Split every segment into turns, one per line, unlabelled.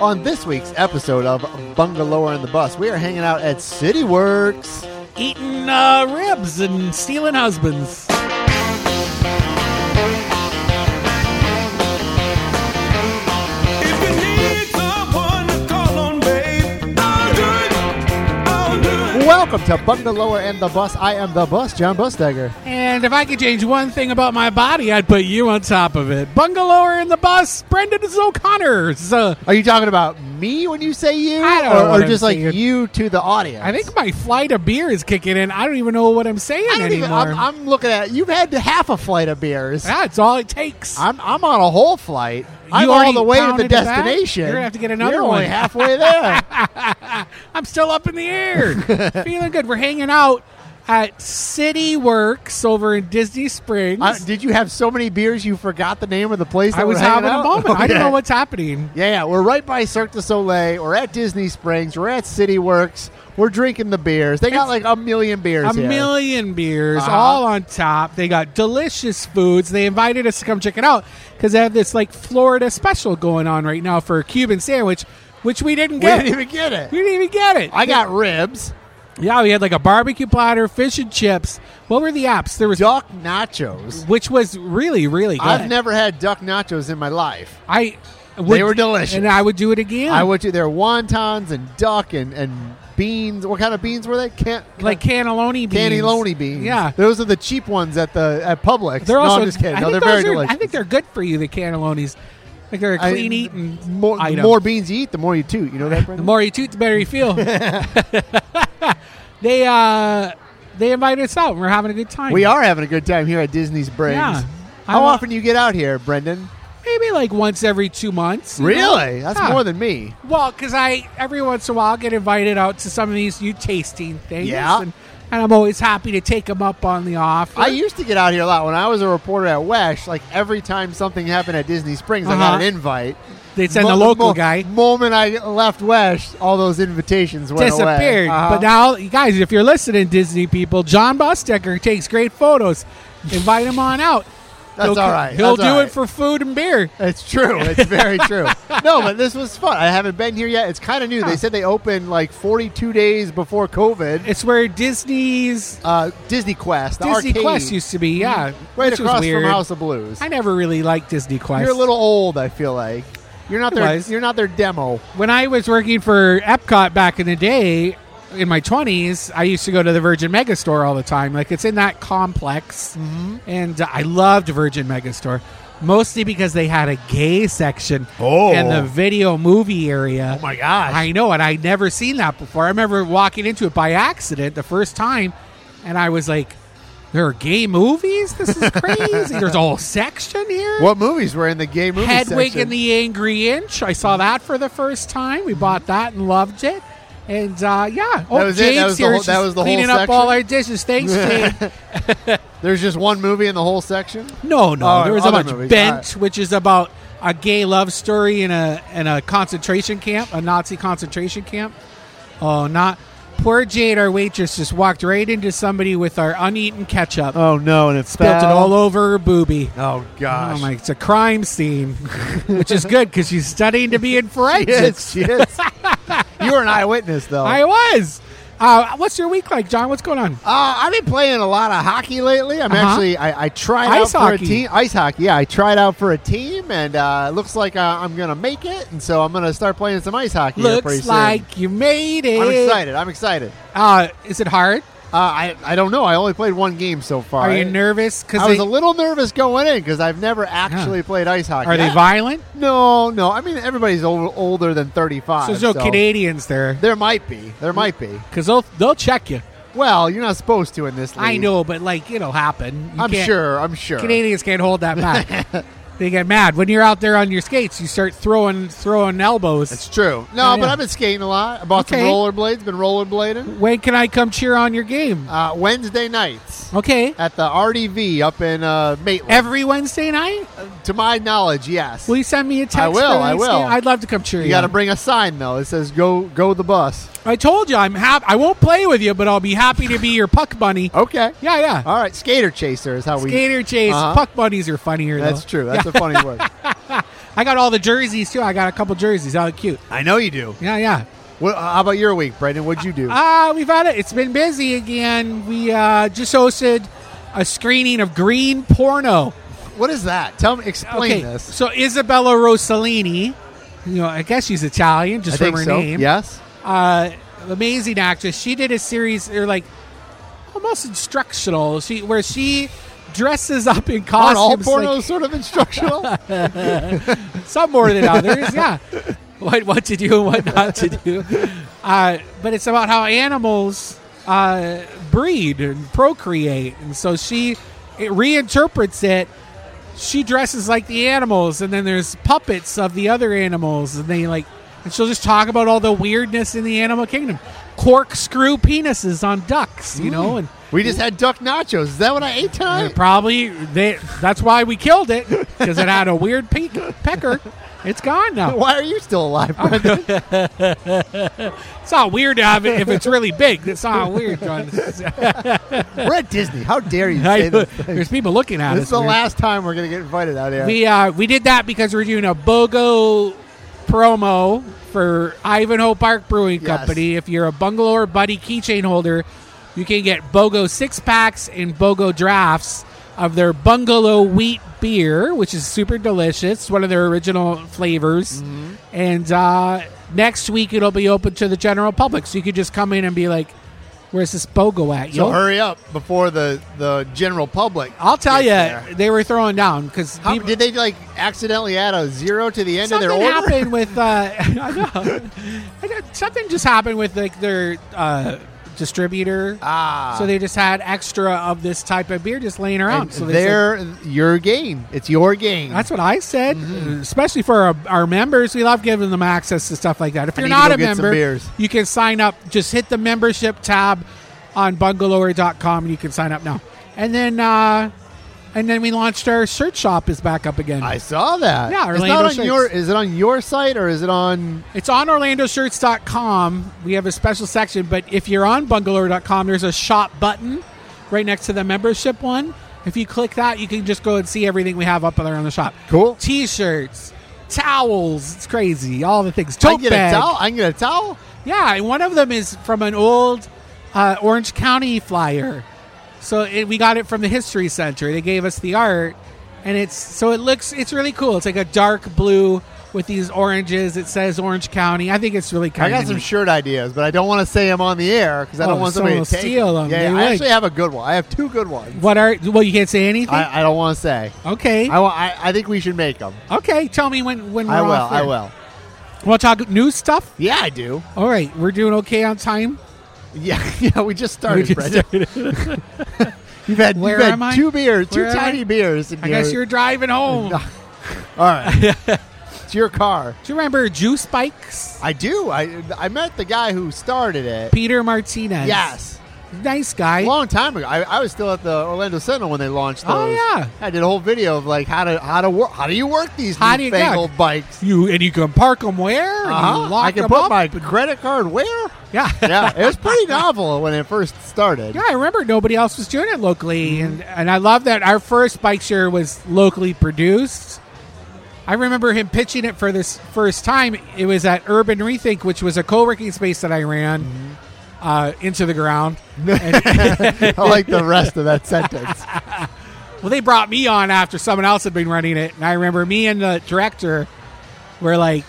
On this week's episode of Bungalower on the Bus, we are hanging out at City Works.
Eating uh, ribs and stealing husbands.
If you need someone to call on, babe, I'll do it. I'll do it.
Welcome to Bungalower and the Bus. I am the bus, John Busdegger.
And if I could change one thing about my body, I'd put you on top of it. Bungalower in the bus, Brendan Uh, is O'Connor. So,
Are you talking about me when you say you?
I don't
or,
know what
or
I'm
just like
saying.
you to the audience?
I think my flight of beer is kicking in. I don't even know what I'm saying
I don't
anymore.
even, I'm, I'm looking at you've had half a flight of beers.
That's all it takes.
I'm, I'm on a whole flight. I'm all
already
the way to the
pounded it back?
destination.
You're gonna have to get another
You're Only
one.
halfway there.
I'm still up in the air. Feeling good. We're hanging out at City Works over in Disney Springs.
Uh, did you have so many beers you forgot the name of the place? That
I was
we're hanging
having a
out?
moment. I don't
Okay.
know what's happening.
Yeah, yeah, we're right by Cirque du Soleil. We're at Disney Springs. We're at City Works. We're drinking the beers. They got like a million beers.
A
here.
million beers,
Uh-huh.
all on top. They got delicious foods. They invited us to come check it out because they have this like Florida special going on right now for a Cuban sandwich, which we didn't
We
get.
didn't even get it.
We didn't even get it.
I got ribs,
yeah, we had like a barbecue platter, fish and chips. What were the apps? There was
duck nachos.
which was really really good.
I've never had duck nachos in my life.
I would,
were delicious.
and I would do it again.
I went to their wontons and duck and, and beans. What kind of beans were they? Can't
like cannelloni beans.
cannelloni beans.
Yeah.
those are the cheap ones at the at Publix.
They're
no,
also
I'm just kidding.
I
No, they're
think
very
those are-
delicious.
I think they're good for you, the cannellonis. Like they're a
I-
clean eating
more, the
item.
more beans you eat, the more you toot. You know that,
The
Brendan?
more you toot, the better you feel. they uh, they invited us out, and we're having a good time.
We are having a good time here at Disney's Briggs.
Yeah. I
How
wa-
often do you get out here, Brendan?
maybe like once every two months. you
Really?
know?
That's
Yeah.
more than me.
well, because I every once in a while get invited out to some of these new tasting things.
Yeah.
and, and I'm always happy to take them up on the offer.
I used to get out here a lot when I was a reporter at Wesh. Like every time something happened at Disney Springs, I got
Uh-huh.
an invite.
they send the
Mo-
local
mo-
guy.
Moment I left Wesh, all those invitations went away.
disappeared.
Uh-huh.
But now, you guys, if you're listening, Disney people, John Bustecker takes great photos. Invite him on out.
That's
he'll,
all right.
He'll
That's
do
all right.
it for food and beer.
It's true. It's very true. No, but this was fun. I haven't been here yet. It's kind of new. They
Huh.
said they opened like 42 days before COVID.
It's where Disney's
Uh, Disney Quest, the
Disney
arcade, Mm-hmm.
Quest used to be. Yeah,
right
which
across
was weird.
from House of Blues.
I never really liked Disney Quest.
You're a little old. I feel like you're not their.
Otherwise-
You're not their demo.
when I was working for Epcot back in the day, in my twenties, I used to go to the Virgin Megastore all the time. Like it's in that complex,
Mm-hmm.
and uh, I loved Virgin Megastore mostly because they had a gay section
Oh.
and the video movie area.
my gosh!
I know, and I'd never seen that before. I remember walking into it by accident the first time, and I was like, "There are gay movies. This is crazy. There's a whole section here."
what movies were in the gay movie
Hedwig
section?
and the Angry Inch. I saw that for the first time. We bought that and loved it. And uh, yeah, oh,
was it? That
James
was the
here
whole-
is
that
just
was the whole
cleaning up
section?
all our dishes. Thanks, James.
There's just one movie in the whole section.
No, no,
Oh,
there was a
other
bunch.
movies.
Bent,
All right.
which is about a gay love story in a in a concentration camp, a Nazi concentration camp. Oh, not poor Jade, our waitress, just walked right into somebody with our uneaten ketchup,
Oh no! And it spilled
built it all over her boobie.
Oh gosh!
Oh my! It's a crime scene, which is good because she's studying to be in
Yes,
forensics.
yes. you were an eyewitness though.
I was. Uh, what's your week like, John? What's going on?
Uh, I've been playing a lot of hockey lately. I'm
Uh-huh.
actually I, I tried
Ice
out for
hockey.
a team. Ice hockey, yeah. I tried out for a team, and uh, it looks like uh, I'm gonna make it, and so I'm gonna start playing some ice hockey. here pretty
Looks
soon.
like you made it.
I'm excited. I'm excited.
Uh, is it hard?
Uh, I I don't know. I only played one game so far.
Are you nervous?
I
Because
was a little nervous going in because I've never actually played ice hockey.
are they
I-
violent?
No, no. I mean, everybody's old, older than 35.
So there's no
so
Canadians there
There might be. There might be.
because they'll they'll check you.
Well, you're not supposed to in this league.
I know, but like it'll happen. You
I'm
can't-
sure. I'm sure.
Canadians can't hold that back. they get mad when you're out there on your skates. You start throwing throwing elbows.
It's true. No,
Oh,
but
yeah.
I've been skating a lot. I bought
Okay.
some rollerblades. Been rollerblading.
when can I come cheer on your game?
Uh, Wednesday nights
okay,
at the RDV up in uh, Maitland.
every Wednesday night.
to my knowledge, yes.
Will you send me a text?
I will,
for the
I
next
will.
game? I'd love to come cheer you.
you got to
on.
bring a sign though. It says "Go, go the bus."
I told you I'm happy. I won't play with you, but I'll be happy to be your puck bunny.
Okay.
Yeah, yeah.
All right. Skater chaser is how we.
Skater chase.
Uh-huh.
Puck bunnies are funnier.
That's
though.
true. That's a funny word.
I got all the jerseys too. I got a couple jerseys. That look cute.
I know you do.
Yeah, yeah.
Well, how about your week, Brendan? What'd you do?
Uh, we've had it. It's been busy again. We uh, just hosted a screening of Green Porno.
what is that? Tell me. Explain this.
so Isabella Rossellini, you know, I guess she's Italian
I
just
think
from her
so.
name.
Yes.
uh, amazing actress. She did a series, or like almost instructional. She where she dresses up in
Aren't
costumes,
all
like,
pornos sort of instructional?
some more than others. Yeah, what what to do and what not to do. Uh, but it's about how animals uh, breed and procreate, and so she it reinterprets it. She dresses like the animals, and then there's puppets of the other animals, and they like, and she'll just talk about all the weirdness in the animal kingdom. Corkscrew penises on ducks, you know, and
we just had duck nachos. Is that what I ate
and
tonight?
Probably they, that's why we killed it because it had a weird pe- pecker. It's gone now.
Why are you still alive, Brendan?
It's not weird to have it if it's really big. It's not weird. John.
We're at Disney. How dare you
I-
say this?
There's people looking at
This
us.
is the
weird.
last time we're going to get invited out here.
We uh, we did that because we're doing a BOGO promo for Ivanhoe Park Brewing
Yes.
Company. If you're a bungalow or buddy keychain holder, you can get BOGO six packs and BOGO drafts of their bungalow wheat beer, which is super delicious. It's one of their original flavors.
Mm-hmm.
And uh, next week it'll be open to the general public, so you could just come in and be like, "Where's this BOGO at?"
so
yo?"
hurry up before the, the general public.
I'll tell you,
gets there.
they were throwing down because
How, did they like accidentally add a zero to the end
something
of their order?
happened with uh, I know. I know. something just happened with like their uh, distributor.
Ah,
so they just had extra of this type of beer just laying around.
and
so they said-
they're your game. It's your game.
that's what I said.
Mm-hmm.
Especially for our, our members, we love giving them access to stuff like that. If
I
you're
need to
not
go
a
get some
member,
beers.
you can sign up. Just hit the membership tab on bungalower.com and you can sign up now. And then uh, and then we launched our shirt shop is back up again.
I saw that.
Yeah,
it's
Orlando
not on
Shakes.
your. Is it on your site or is it on?
It's on OrlandoShirts.com. We have a special section, but if you're on Bungalower.com, there's a shop button right next to the membership one. If you click that, you can just go and see everything we have up there on the shop.
Cool.
T-shirts, towels. It's crazy. All the things.
I
Tote
can get
bag.
a towel. I can get a towel.
Yeah, and one of them is from an old uh, Orange County flyer. So it, we got it from the History Center. They gave us the art, and it's so it looks it's really cool. It's like a dark blue with these oranges. It says Orange County. I think it's really
I
kind
got some shirt ideas, but I don't want to say them on the air because I don't
Oh,
want somebody to
someone will
take
steal
it.
'em.
Yeah,
They
I
would.
actually have a good one. I have two good ones.
what are well? You can't say anything.
I, I don't want to say.
okay,
I, wa- I, I think we should make them.
okay. Tell me when when we're
I will.
off
I
air.
will.
We'll talk new stuff.
Yeah, I do.
All right, we're doing okay on time.
Yeah, yeah. We just
We
started,
just
Brendan.
started.
You've had,
Where
you've had
am I?
two beers,
Where am
two
I?
tiny beers. in
I guess
your-
you're driving home.
No. All right. it's your car.
Do you remember Juice Bikes?
I do. I I met the guy who started it.
Peter Martinez.
Yes.
nice guy.
A long time ago. I, I was still at the Orlando Sentinel when they launched those.
Oh, yeah.
I did a whole video of like how to how to work how do you work these
How do you-
newfangled bikes.
You and you can park them where? You
Uh-huh.
lock
I can
'em
put
up?
my credit card where?
yeah.
Yeah, it was pretty novel when it first started.
Yeah, I remember nobody else was doing it locally,
Mm-hmm.
and, and I love that our first bike share was locally produced. I remember him pitching it for this first time. It was at Urban Rethink, which was a co-working space that I ran
Mm-hmm.
uh, into the ground.
I like the rest of that sentence.
Well, they brought me on after someone else had been running it, and I remember me and the director were like,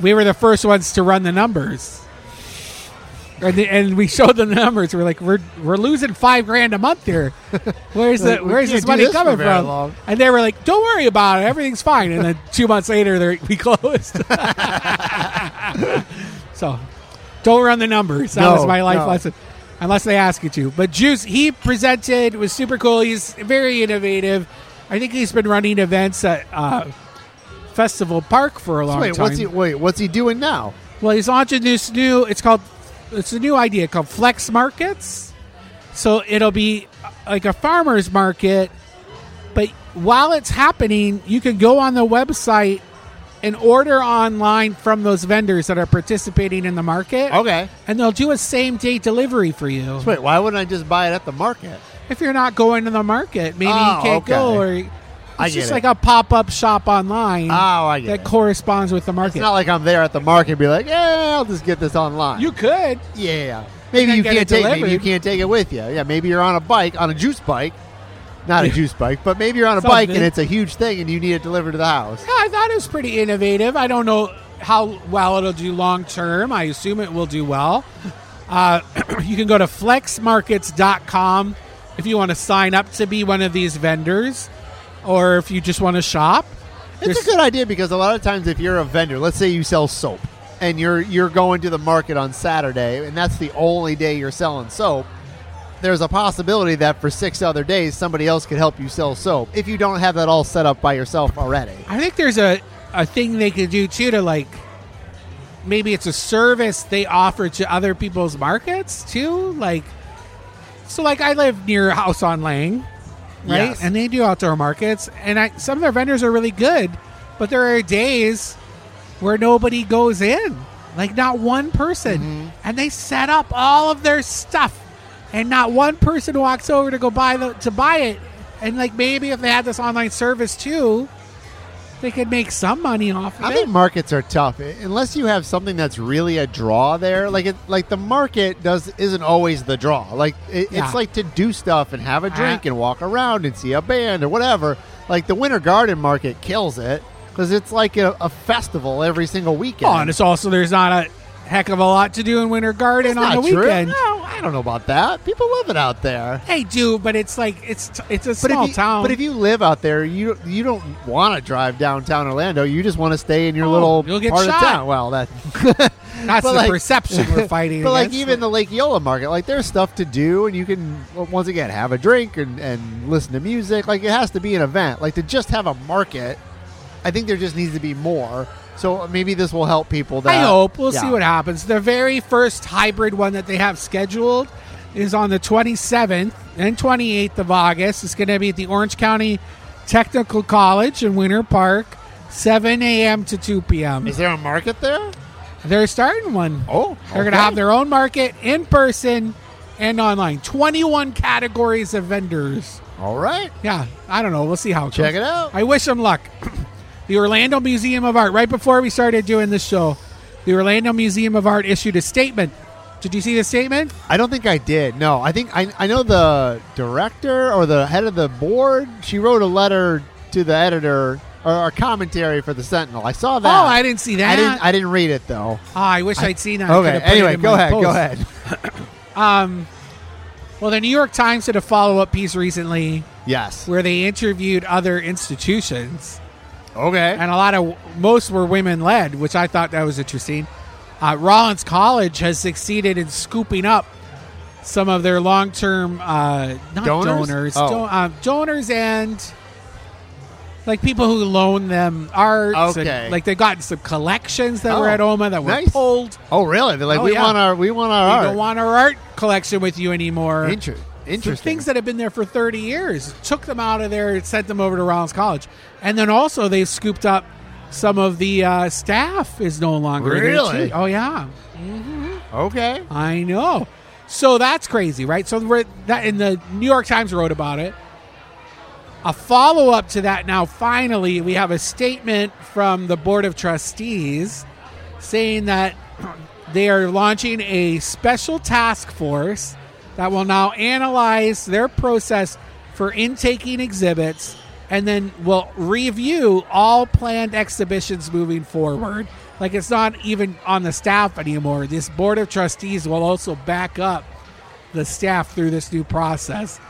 we were the first ones to run the numbers, and, the, and we showed them the numbers. We're like, we're we're losing five grand a month here. Where's the
Like, we
where's
can't
this
do
money
this for
coming
very
from?
long.
And they were like, don't worry about it, everything's fine. And then two months later, they're, we closed. so, don't run the numbers. That
No,
was my life
no.
lesson unless they ask you to. But Juice, he presented was super cool. He's very innovative. I think he's been running events at uh, Festival Park for a long
Wait,
time.
what's he wait, what's he doing now?
well, he's launching this new. It's called. It's a new idea called Flex Markets. So it'll be uh, like a farmers market, but while it's happening, you can go on the website and order online from those vendors that are participating in the market.
Okay.
And they'll do a same day delivery for you.
Wait, why wouldn't I just buy it at the market?
if you're not going to the market, maybe
Oh,
you can't
okay.
go. Or
I
it's
get
just
it.
like a pop up shop online
Oh, I get
that
it.
corresponds with the
It's
market.
not like I'm there at the market and be like, yeah, I'll just get this online.
you could.
yeah. Maybe
Then
you
get
can't
it
take maybe
delivered.
you can't take it with you. Yeah, maybe you're on a bike, on a juice bike. Not a juice bike, but maybe you're on a bike and
Something.
it's a huge thing and you need it delivered to the house.
Yeah, I thought it was pretty innovative. I don't know how well it'll do long term. I assume it will do well. Uh, you can go to flexmarkets.com if you want to sign up to be one of these vendors or if you just want to shop.
It's a
There's-
good idea because a lot of times if you're a vendor, let's say you sell soap and you're you're going to the market on Saturday and that's the only day you're selling soap, there's a possibility that for six other days somebody else could help you sell soap if you don't have that all set up by yourself already.
I think there's a, a thing they could do too to like maybe it's a service they offer to other people's markets too. Like, so like I live near House on Lang, right?
Yes.
And they do outdoor markets, and I some of their vendors are really good, but there are days where nobody goes in, like not one person, and they set up all of their stuff, and not one person walks over to go buy the to buy it, and like maybe if they had this online service too. They could make some money off of
I
it.
think markets are tough I- unless you have something that's really a draw there. Like it, like the market does isn't always the draw. Like it,
Yeah.
it's like to do stuff and have a drink
Uh,
and walk around and see a band or whatever. Like the Winter Garden Market kills it because it's like a, a festival every single weekend.
Oh, and it's also there's not a heck of a lot to do in Winter Garden
That's
on the
not true.
weekend.
No, I don't know about that. People love it out there.
They do, but it's like it's t- it's a
But
small
if you,
town.
But if you live out there, you you don't want to drive downtown Orlando. You just want to stay in your
Oh,
little
you'll get
part
shot.
of town. Well, that.
that's
but
the
like-
perception we're fighting.
But like
against.
even the Lake Yola market, like there's stuff to do, and you can well, once again have a drink and, and listen to music. Like it has to be an event. Like to just have a market, I think there just needs to be more. So maybe this will help people. That
I hope we'll see
Yeah.
what happens. The very first hybrid one that they have scheduled is on the 27th and 28th of August. It's going to be at the Orange County Technical College in Winter Park, 7 a.m. to 2 p.m.
Is there a market there?
They're starting one.
Oh,
They're going to have their own market in person and online. 21 categories of vendors.
All right,
Yeah, I don't know. We'll see how it
check
goes.
it out.
I wish them luck. the Orlando Museum of Art, right before we started doing this show, the Orlando Museum of Art issued a statement. Did you see the statement?
I don't think I did. No, I think I I know the director or the head of the board. She wrote a letter to the editor or a commentary for the Sentinel. I saw that.
Oh, I didn't see that.
I didn't. I didn't read it though.
Oh, I wish I, would seen that. I
Okay.
could've put it
Anyway,
in
go
my
ahead. Go
post.
ahead.
Well, the New York Times did a follow up piece recently
Yes.
where they interviewed other institutions.
Okay.
and a lot of most were women led, which I thought that was interesting. Uh, Rollins College has succeeded in scooping up some of their long term uh, not
Donors?
donors,
Oh.
don- um, donors and like people who loan them art.
Okay.
like they've gotten some collections that were
Oh,
at OMA that were
nice.
pulled.
Oh, really? They're like,
Oh,
we
yeah.
want our, we want
We
our art.
don't want our art collection with you anymore.
Inter-
The
interesting.
things that have been there for 30 years. Took them out of there, sent them over to Rollins College. And then also they've scooped up some of the uh, staff is no longer there.
Really?
too. Oh, yeah.
okay.
I know. So that's crazy, right? So we're, that in the New York Times wrote about it. A follow up to that now, finally, we have a statement from the Board of Trustees saying that they are launching a special task force that will now analyze their process for intaking exhibits and then will review all planned exhibitions moving forward. Like it's not even on the staff anymore. This board of trustees will also back up the staff through this new process.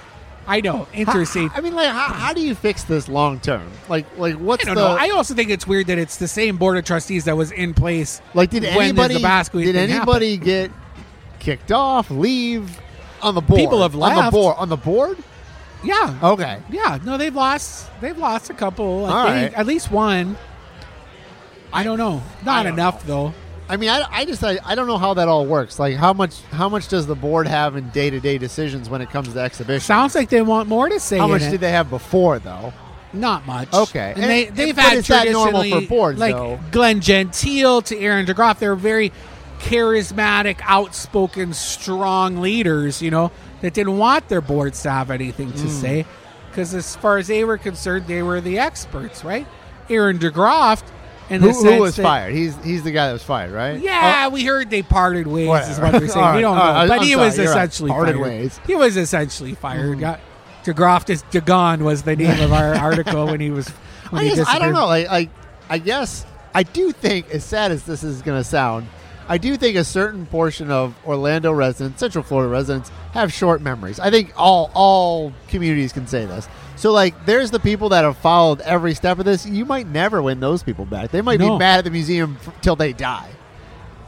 I know, interesting.
I, mean, like, how, how do you fix this long term? Like, like what's
I don't
the
know. I also think it's weird that it's the same board of trustees that was in place.
like? Did
when the
anybody
Basque
did
thing happened.
anybody get kicked off? Leave on the board?
People have
on the
left.
board. On the board?
Yeah. Oh,
Okay.
Yeah, no, they've lost. They've lost a couple. I
All
think
right.
at least one. I don't know. Not
don't
enough though.
I mean, I, I just I, I don't know how that all works. Like, how much how much does the board have in day to day decisions when it comes to exhibition?
Sounds like they want more to say.
How
in
much
it.
did they have before though?
Not much.
Okay.
and they
And-
they've
but
had
is that normal for
traditionally,
boards,
like
though?
Glenn Gentile to Aaron DeGroff. They're very charismatic,
Hmm.
outspoken, strong leaders. You know that didn't want their boards to have anything to say. because as far as they were concerned, they were the experts, right? Aaron DeGroff, and
Who, who was fired? He's he's the guy that was fired, right?
Yeah, we heard they parted ways, is
Whatever.
what they're saying.
Oh. All
we
right,
don't know,
all right,
but
I'm
he
sorry,
was
you're right.
essentially
Parted
fired.
ways. Mm-hmm.
He was essentially fired. Got DeGroff is DeGon was the name of our article when he was. When
I,
he
guess, I don't
disappeared.
know. Like, I, I guess I do think, as sad as this is going to sound, I do think a certain portion of Orlando residents, Central Florida residents, have short memories. I think all all communities can say this. So, like, there's the people that have followed every step of this. You might never win those people back. They might
No.
be mad at the museum f- till they die.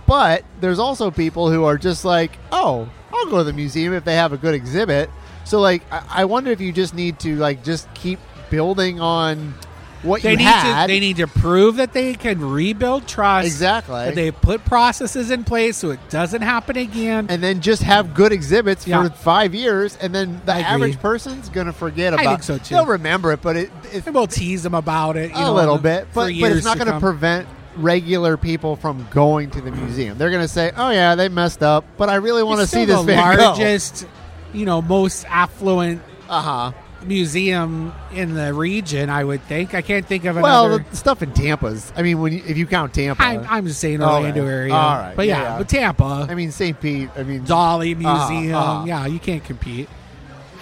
But there's also people who are just like, oh, I'll go to the museum if they have a good exhibit. So like, I, I wonder if you just need to like just keep building on what
They
you
need
had.
to. They need to prove that they can rebuild trust.
Exactly.
That they put processes in place so it doesn't happen again.
and then just have good exhibits
Yeah.
for five years, and then the
I agree.
average person's gonna forget about.
think so, too.
They'll remember it, but it, it's
And we'll tease them about it you
a
know,
little
for
bit, but, but
years
it's not
to
going to
come.
prevent regular people from going to the museum. They're going to say, "Oh yeah, they messed up," but I really want to
It's
see this
still the
Van Gogh."
largest, you know, most affluent
Uh-huh.
museum in the region. I would think. I can't think of another.
Well, the stuff in Tampa's. I mean, when you, if you count Tampa,
I'm, I'm just saying
All
Orlando
right.
area.
Uh, All right.
But yeah,
Yeah.
but Tampa,
I mean, St. Pete. I mean,
Dolly
Uh-huh,
Museum.
uh-huh.
Yeah, you can't compete.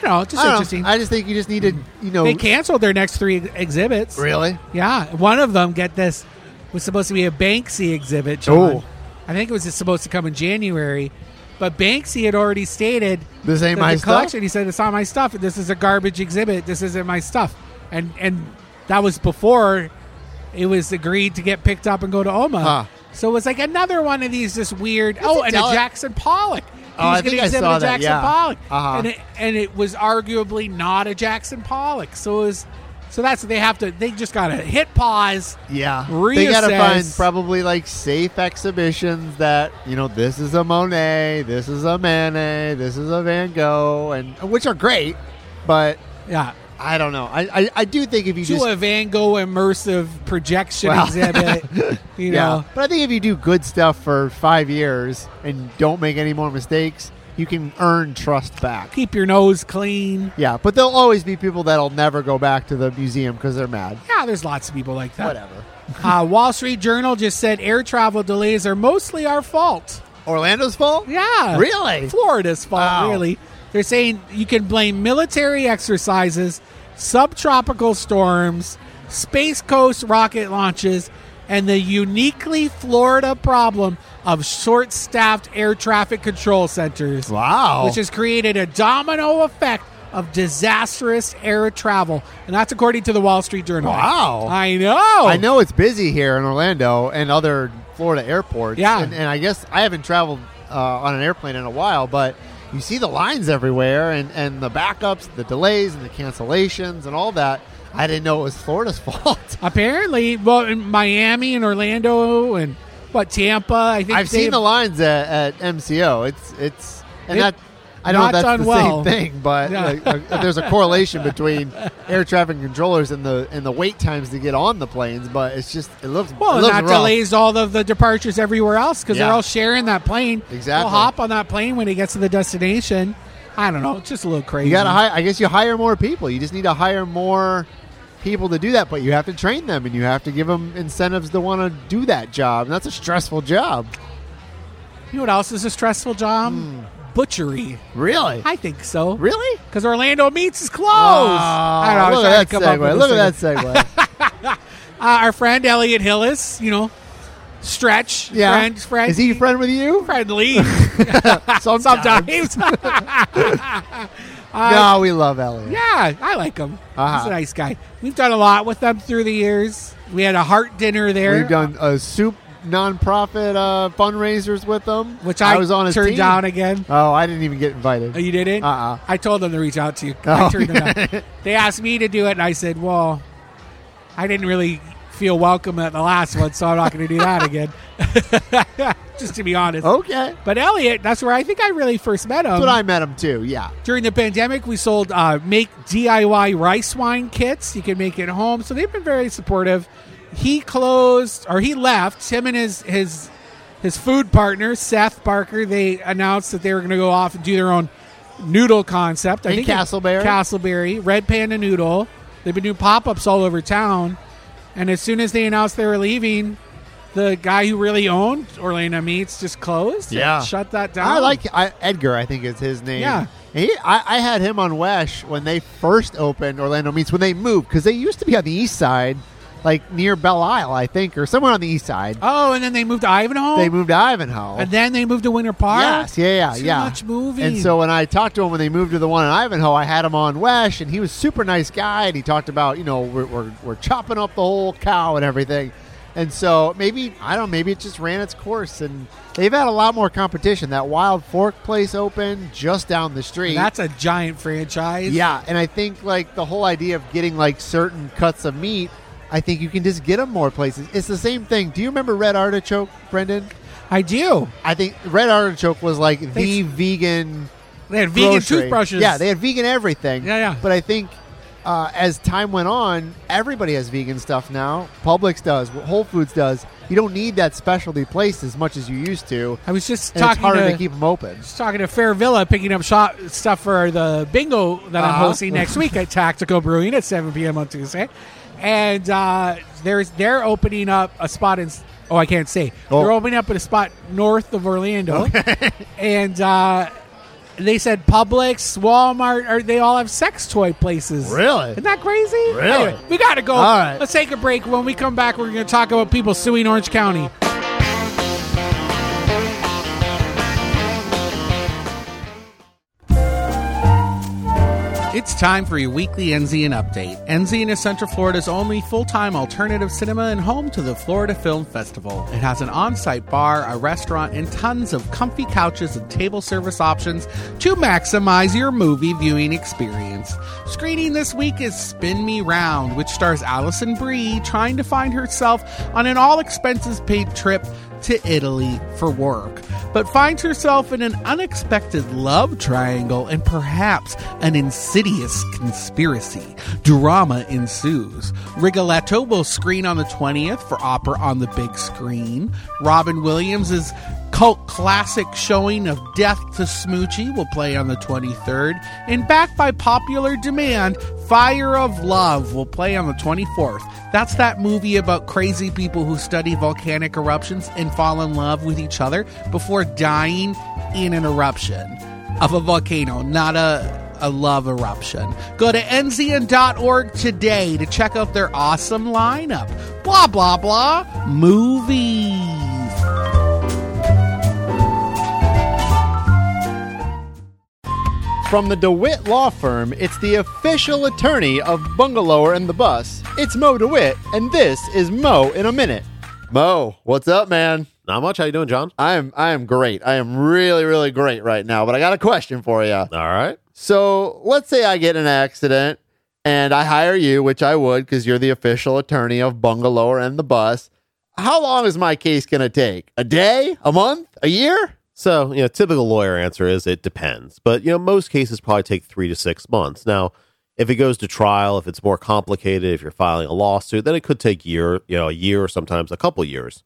You know, it's just
I, don't know.
interesting.
I just think you just need to, you know,
Mm-hmm. they canceled their next three ex- exhibits.
really.
Yeah, one of them. Get this was supposed to be a Banksy exhibit. John.
Oh.
I think it was just supposed to come in January, but Banksy had already stated
This ain't
that
my
the
stuff?
collection. He said it's not my stuff. This is a garbage exhibit. This isn't my stuff. And and that was before it was agreed to get picked up and go to OMA.
Huh.
So it was like another one of these just weird. oh, and
tell-
a Jackson Pollock. He
Oh,
was
I
gonna
think I
exhibit
saw
a
that,
Jackson
yeah.
Pollock,
Uh-huh.
and it, and it was arguably not a Jackson Pollock. So it was, so that's they have to. They just got to hit pause.
Yeah, they gotta
Reassess.
find probably like safe exhibitions that you know this is a Monet, this is a Manet, this is a Van Gogh, and which are great, but
Yeah,
I don't know. I I, I do think if you
do
just
a Van Gogh immersive projection
Well,
exhibit. You know,
but I think if you do good stuff for five years and don't make any more mistakes, you can earn trust back.
keep your nose clean.
Yeah, but there'll always be people that'll never go back to the museum because they're mad.
Yeah, there's lots of people like that.
Whatever.
Uh, Wall Street Journal just said air travel delays are mostly our fault.
Orlando's fault?
Yeah.
Really?
Florida's fault,
Wow.
really. They're saying you can blame military exercises, subtropical storms, Space Coast rocket launches, and the uniquely Florida problem of short staffed air traffic control centers.
Wow.
Which has created a domino effect of disastrous air travel. And that's according to the Wall Street Journal.
Wow.
I know.
I know it's busy here in Orlando and other Florida airports.
Yeah.
And, and I guess I haven't traveled uh, on an airplane in a while, but you see the lines everywhere and, and the backups, the delays, and the cancellations, and all that. I didn't know it was Florida's fault.
Apparently, well, in Miami and Orlando and what Tampa. I think
I've seen
they've-
the lines at, at MCO. It's it's and
It-
that I don't know
not
if that's
done
the
well.
same thing, but
Yeah.
like, uh, there's a correlation between air traffic controllers and the and the wait times to get on the planes. But it's just it looks
Well,
it
and
looks
that
rough.
delays all of the departures everywhere else because they're
Yeah.
all sharing that plane.
Exactly.
They'll hop on that plane when it gets to the destination. I don't know. It's just a little crazy.
You got to hire. I guess you hire more people. You just need to hire more people to do that, but you have to train them and you have to give them incentives to want to do that job. And that's a stressful job.
You know what else is a stressful job?
Hmm.
Butchery.
Really,
I think so.
really.
Because Orlando Meats is closed. I
Oh,
don't know.
look
I was
at
trying to
that
come up with
segue!
a
Look at
second-
that segue!
Uh, our friend Elliot Hillis, you know, stretch.
Yeah,
Friend, friend,
is he a friend with you?
friendly? Sometimes.
no, we love Elliot.
Yeah, I like him.
Uh-huh.
He's a nice guy. We've done a lot with them through the years. We had a heart dinner there,
We've done a soup nonprofit uh, fundraisers with them,
which I,
was on his
turned
team.
down again.
Oh, I didn't even get invited.
Oh, you didn't?
Uh-uh.
I told them to reach out to you. I
Oh.
turned them down. They asked me to do it, and I said, well, I didn't really feel welcome at the last one, so I'm not going to do that again. Just to be honest.
okay, that's
But Elliot, that's where I think I really first met him.
when I met him too. Yeah,
During the pandemic, we sold uh, make DIY rice wine kits. You can make it home. So they've been very supportive. He closed or he left. Him and his his his food partner Seth Barker. They announced that they were going to go off and do their own noodle concept. I
And
think
Castleberry.
Castleberry, Red Panda Noodle. They've been doing pop ups all over town. And as soon as they announced they were leaving, the guy who really owned Orlando Meats just closed. and
Yeah.
shut that down.
I like I, Edgar. I think is his name.
Yeah.
He, I, I had him on Wesh when they first opened Orlando Meats when they moved because they used to be on the east side, like near Belle Isle, I think, or somewhere on the east side.
Oh, and then they moved to Ivanhoe.
They moved to Ivanhoe.
and then they moved to Winter Park.
Yes, yeah, yeah,
Too
yeah.
much moving.
And so when I talked to him when they moved to the one in Ivanhoe, I had him on Wesh, and he was super nice guy, and he talked about you know we're, we're, we're chopping up the whole cow and everything, and so maybe I don't know, maybe it just ran its course, and they've had a lot more competition. That Wild Fork place opened just down the street.
that's a giant franchise.
yeah, and I think like the whole idea of getting like certain cuts of meat. I think you can just get them more places. It's the same thing. Do you remember Red Artichoke, Brendan?
I do.
I think Red Artichoke was like the
They-
vegan
They had vegan
grocery.
toothbrushes.
Yeah, they had vegan everything.
Yeah, yeah.
But I think uh, as time went on, everybody has vegan stuff now. Publix does, Whole Foods does. You don't need that specialty place as much as you used to.
I was just
And it's
talking
harder to,
to
keep them open.
Just talking to Fair Villa, picking up shop stuff for the bingo that I'm
Uh-huh.
hosting next week at Tactical Brewing at 7 p.m. on Tuesday, and uh, there's they're opening up a spot in. Oh, I can't say
Oh.
they're opening up at a spot north of Orlando, and uh, they said Publix, Walmart, or they all have sex toy places.
Really?
Isn't that crazy?
Really?
Anyway, we gotta go.
All right.
Let's take a break. When we come back, we're gonna talk about people suing Orange County. It's time for your weekly Enzian update. Enzian is Central Florida's only full time alternative cinema and home to the Florida Film Festival. It has an on site bar, a restaurant, and tons of comfy couches and table service options to maximize your movie viewing experience. Screening this week is Spin Me Round, which stars Allison Brie trying to find herself on an all expenses paid trip to Italy for work, but finds herself in an unexpected love triangle and perhaps an insidious conspiracy. Drama ensues. Rigoletto will screen on the 20th for opera on the big screen. Robin Williams' cult classic showing of Death to Smoochie will play on the 23rd. And backed by popular demand, Fire of Love will play on the 24th. That's that movie about crazy people who study volcanic eruptions and fall in love with each other before dying in an eruption of a volcano, not a, a love eruption. Go to nzn.org today to check out their awesome lineup. Blah, blah, blah. Movies.
From the DeWitt Law Firm, it's the official attorney of Bungalower and the Bus. It's Mo DeWitt, and this is Mo in a Minute. Mo, what's up, man?
Not much. How you doing, John?
I am I am great. I am really really great right now, but I got a question for you.
All right.
So, let's say I get in an accident and I hire you, which I would cuz you're the official attorney of Bungalower and the Bus. How long is my case going to take? A day? A month? A year?
So, you know, typical lawyer answer is it depends. But, you know, most cases probably take three to six months. Now, if it goes to trial, if it's more complicated, if you're filing a lawsuit, then it could take year, you know, a year or sometimes a couple years.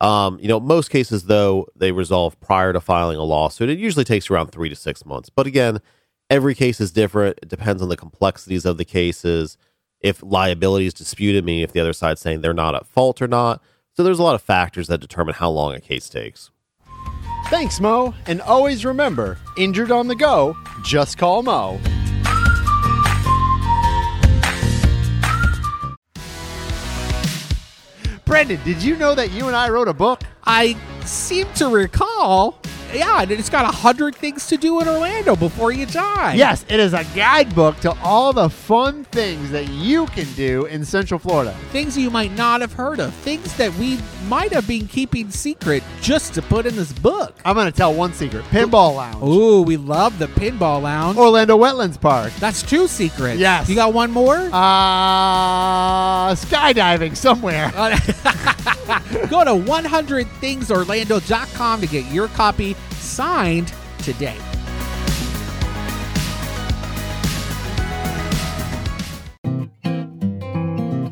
Um, you know, most cases though, they resolve prior to filing a lawsuit. It usually takes around three to six months. But again, every case is different. It depends on the complexities of the cases, if liability is disputed, meaning if the other side's saying they're not at fault or not. So there's a lot of factors that determine how long a case takes.
Thanks, Mo. And always remember injured on the go, just call Mo.
Brendan, did you know that you and I wrote a book?
I seem to recall, yeah, and it's got a hundred things to do in Orlando before you die.
Yes, it is a guidebook to all the fun things that you can do in Central Florida.
things you might not have heard of, things that we might have been keeping secret just to put in this book.
I'm going to tell one secret Pinball Lounge,
Ooh, we love the pinball lounge.
Orlando Wetlands Park,
That's two secrets.
Oh. Yes.
you got one more.
uh, skydiving somewhere.
Go to 100thingsorlando.com to get your copy signed today.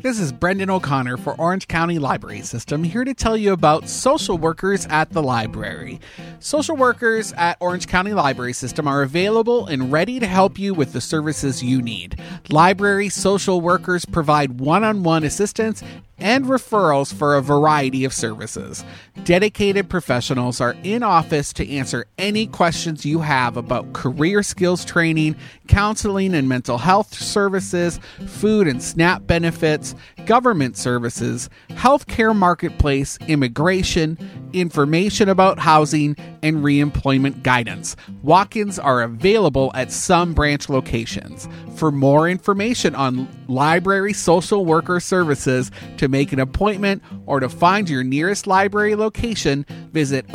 This is Brendan O'Connor for Orange County Library System here to tell you about social workers at the library. Social workers at Orange County Library System are available and ready to help you with the services you need. Library social workers provide one on one assistance and referrals for a variety of services. Dedicated professionals are in office to answer any questions you have about career skills training, counseling and mental health services, food and SNAP benefits, government services, healthcare marketplace, immigration, information about housing, and reemployment guidance. Walk ins are available at some branch locations. For more information on library social worker services, to make an appointment, or to find your nearest library location, visit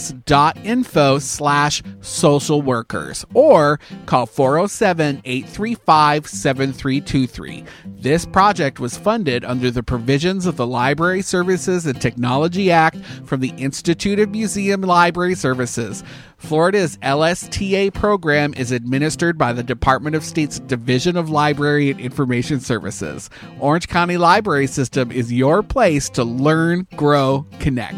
ocls.info slash social workers or call 407 835 7323. This project was funded under the provisions of the Library Services and Technology Act from the Institute of Museum Library Services. Florida's LSTA program is administered by the Department of State's Division of Library and Information Services. Orange County Library System is your place to learn, grow, connect.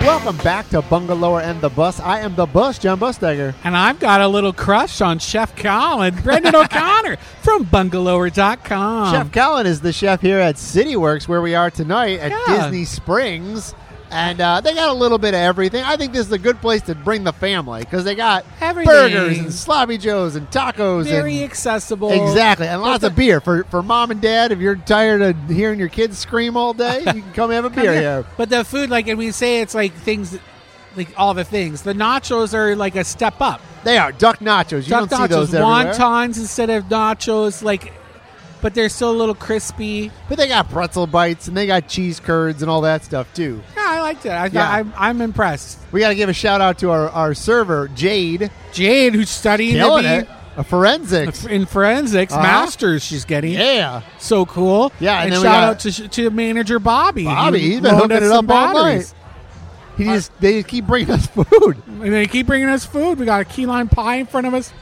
Welcome back to Bungalower and the Bus. I am the Bus, John Busdegger.
And I've got a little crush on Chef Colin, Brendan O'Connor from bungalower.com.
chef Colin is the chef here at CityWorks, where we are tonight at
Yeah.
Disney Springs. And uh, they got a little bit of everything. I think this is a good place to bring the family because they got
Everything.
burgers and sloppy joes and tacos
Very
and
accessible.
Exactly, and lots of beer for for mom and dad. If you're tired of hearing your kids scream all day, you can come have a beer here.
But the food, like, and we say it's like things, that- like all the things. The nachos are like a step up.
They are duck nachos. You
Duck
don't see
nachos,
those everywhere.
wontons instead of nachos, like, but they're still a little crispy.
But they got pretzel bites and they got cheese curds and all that stuff too.
Yeah, I liked it. I thought
Yeah.
I'm, I'm impressed.
We got to give a shout out to our, our server Jade,
Jade, who's studying to
killing
be
it, a forensics.
in forensics
Uh-huh.
masters, she's getting
Yeah,
so cool.
Yeah, and
and,
then we
shout
got-
out to, sh- to manager Bobby.
Bobby,
who
he's been
loaned
hooking
us
it
some
up all
batteries.
he just they just keep bringing us food.
And they keep bringing us food. We got a key lime pie in front of us,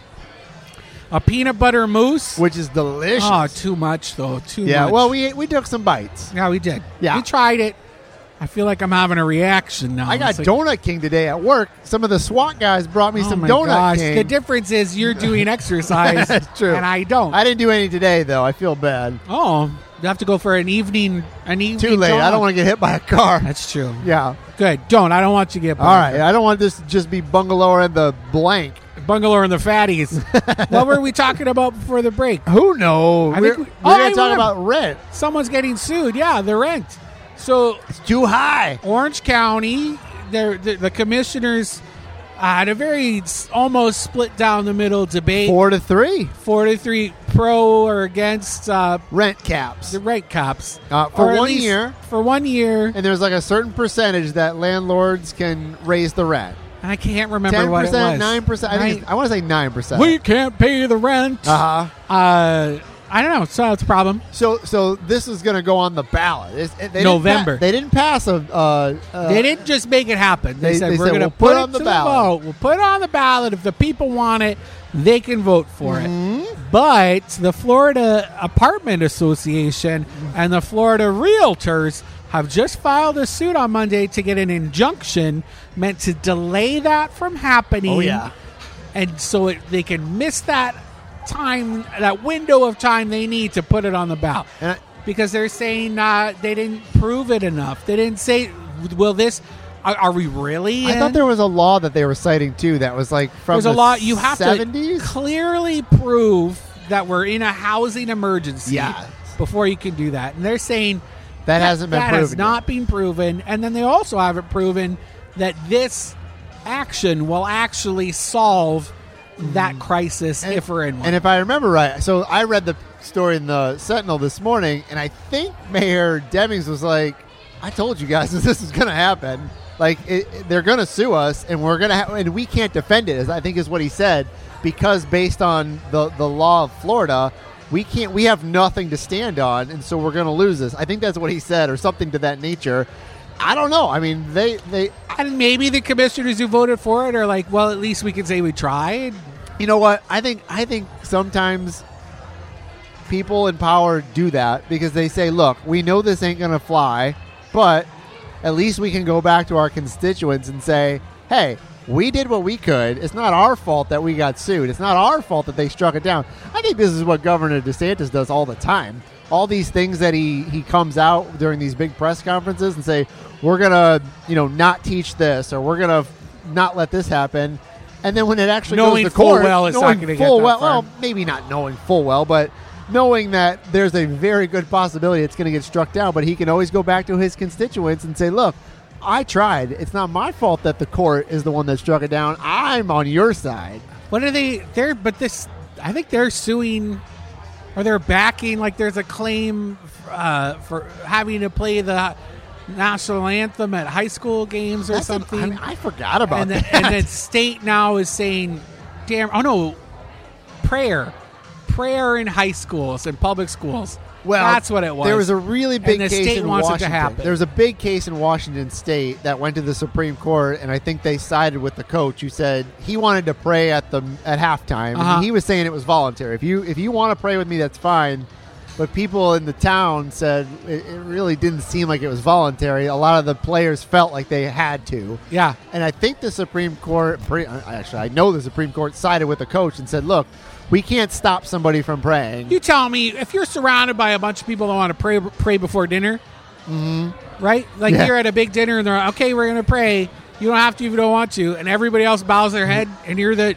a peanut butter mousse.
which is delicious.
Oh, too much though. Too
yeah,
much.
well, we we took some bites.
yeah we did.
Yeah.
we tried it. I feel like I'm having a reaction now.
I got
Oh, It's like,
Donut King today at work. Some of the SWAT guys brought me
oh
some
my
Donut
gosh.
King.
The difference is you're doing exercise,
That's true.
and I don't.
I didn't do any today though. I feel bad.
oh, you have to go for an evening. An evening.
Too late. I don't want to get hit by a car.
That's true.
Yeah.
Good. Don't. I don't want you to get.
All right. I don't want this to just be bungalow and the blank.
Bungalow and the fatties. what were we talking about before the break?
Who knows?
I
we're
think we-
we're
Oh, I
gonna talk
remember.
about rent.
Someone's getting sued. Yeah, the rent. So
It's too high.
Orange County, they're, the the commissioners uh, had a very s- almost split down the middle debate.
Four to three
Four to three pro or against uh,
rent caps.
the rent cops.
Uh, for
Or at
one
least
year.
For one year. And
And there's like a certain percentage that landlords can raise the rent.
I can't remember
Ten
what it was.
percent, nine percent. I think it's- uh, I want to say nine percent.
we can't pay the rent.
Uh huh.
Uh, I don't know. So it's a problem.
So, so this is going to go on the ballot. It's- it- they didn't
November.
pa- they didn't pass a. Uh, uh,
they didn't just make it happen. They,
they-
said
they
we're
said,
going to
"We'll
put, it on the ballot. Vote. We'll put it on the ballot. If the people want it, they can vote for it. But the Florida Apartment Association and the Florida Realtors have just filed a suit on Monday to get an injunction meant to delay that from happening.
Oh, yeah.
and so it, they can miss that time, that window of time they need to put it on the ballot
And I-
because they're saying uh, they didn't prove it enough. They didn't say, "Will this? Are, are we really?"
I
in?
thought there was a law that they were citing too that was like from
There's
the
a lot. You have to
70s?
clearly prove that we're in a housing emergency
Yes.
before you can do that. And they're saying
That hasn't been
that
proven.
has not been proven. And then they also haven't proven that this action will actually solve that crisis
Mm. And-
if we're in one.
And if I remember right, so I read the story in the Sentinel this morning, and I think Mayor Demings was like, "I told you guys that this is going to happen. Like it, it- they're going to sue us, and we're going to, ha- and we can't defend it." Is I think is what he said because based on the the law of Florida. We can't. We have nothing to stand on, and so we're going to lose this. I think that's what he said, or something to that nature. I don't know. I mean, they they
And maybe the commissioners who voted for it are like, well, at least we can say we tried.
you know what i think i think sometimes people in power do that because they say look we know this ain't gonna fly but at least we can go back to our constituents and say hey we did what we could it's not our fault that we got sued it's not our fault that they struck it down i think this is what governor desantis does all the time all these things that he, he comes out during these big press conferences and say we're gonna you know not teach this or we're gonna not let this happen and then when it actually
Knowing
goes to
full
court,
well it's not
knowing
gonna get
full
that
well, oh,
far.
well, maybe not knowing full well, but knowing that there's a very good possibility it's going to get struck down. But he can always go back to his constituents and say, "Look, I tried. It's not my fault that the court is the one that struck it down. I'm on your side."
What are they? They're but this. I think they're suing, or they're backing. Like there's a claim uh, for having to play the national anthem at high school games or
That's an-
something.
I, mean, I forgot about
and,
that.
the, and the state now is saying, "Damn! Oh no, prayer, prayer in high schools and public schools."
Well,
that's what it was.
There was a really big
the
case
state
in
wants it to
Washington.
happen.
There was a big case in Washington State that went to the Supreme Court, and I think they sided with the coach who said he wanted to pray at the at halftime.
Uh-huh.
And he was saying it was voluntary. If you if you want to pray with me, that's fine. But people in the town said it, it really didn't seem like it was voluntary. A lot of the players felt like they had to.
yeah.
And I think the Supreme Court, pre- actually, I know the Supreme Court sided with the coach and said, look, we can't stop somebody from praying.
You tell me if you're surrounded by a bunch of people that want to pray pray before dinner, right? Like
Mm-hmm. Yeah.
you're at a big dinner and they're like, okay, we're gonna pray. You don't have to if you don't want to, and everybody else bows
Mm-hmm.
their head, and you're the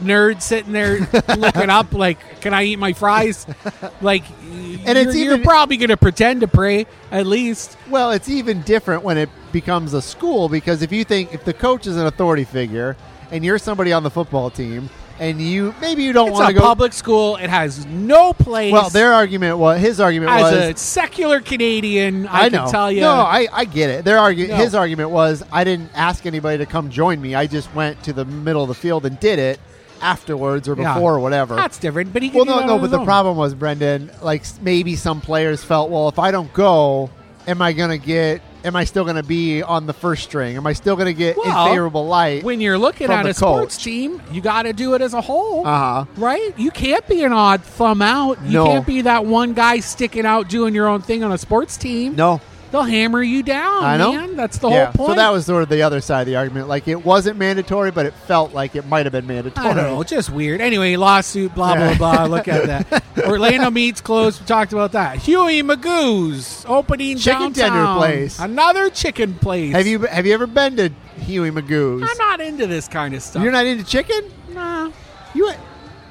nerd sitting there looking up, like, can I eat my fries? Like, and
it's
it's you're
even-
probably gonna pretend to pray at least.
Well, it's even different when it becomes a school because if you think if the coach is an authority figure and you're somebody on the football team and you maybe you don't
It's
want
a
to go
public school. It has no place.
well, their argument was his argument
as
was
a secular Canadian, I,
I,
can
know.
tell you.
No, I, I get it. Their argu-
No.
his argument was I didn't ask anybody to come join me. I just went to the middle of the field and did it afterwards or
Yeah.
before or whatever.
that's different. But he can
Well,
do
no,
that
no,
on
but
his
the
own.
problem was Brendan. Like s- maybe some players felt, well, if I don't go, am I gonna get? Am I still gonna be on the first string? Am I still gonna get
Well,
in favorable light?
when you're looking
from
at a
the
sports
coach.
team, you got to do it as a whole,
Uh-huh.
right? You can't be an odd thumb out. You
No.
can't be that one guy sticking out doing your own thing on a sports team.
no,
they'll hammer you down.
I know.
man. that's the
yeah.
whole point.
So that was sort of the other side of the argument. Like it wasn't mandatory, but it felt like it might have been mandatory.
I don't know, just weird. Anyway, lawsuit, blah blah
Yeah.
blah. Look at that. Orlando meets closed. We talked about that. Huey Magoo's opening
Chicken tender
downtown.
place.
Another chicken place.
Have you have you ever been to Huey Magoo's?
I'm not into this kind of stuff.
You're not into chicken.
Nah.
You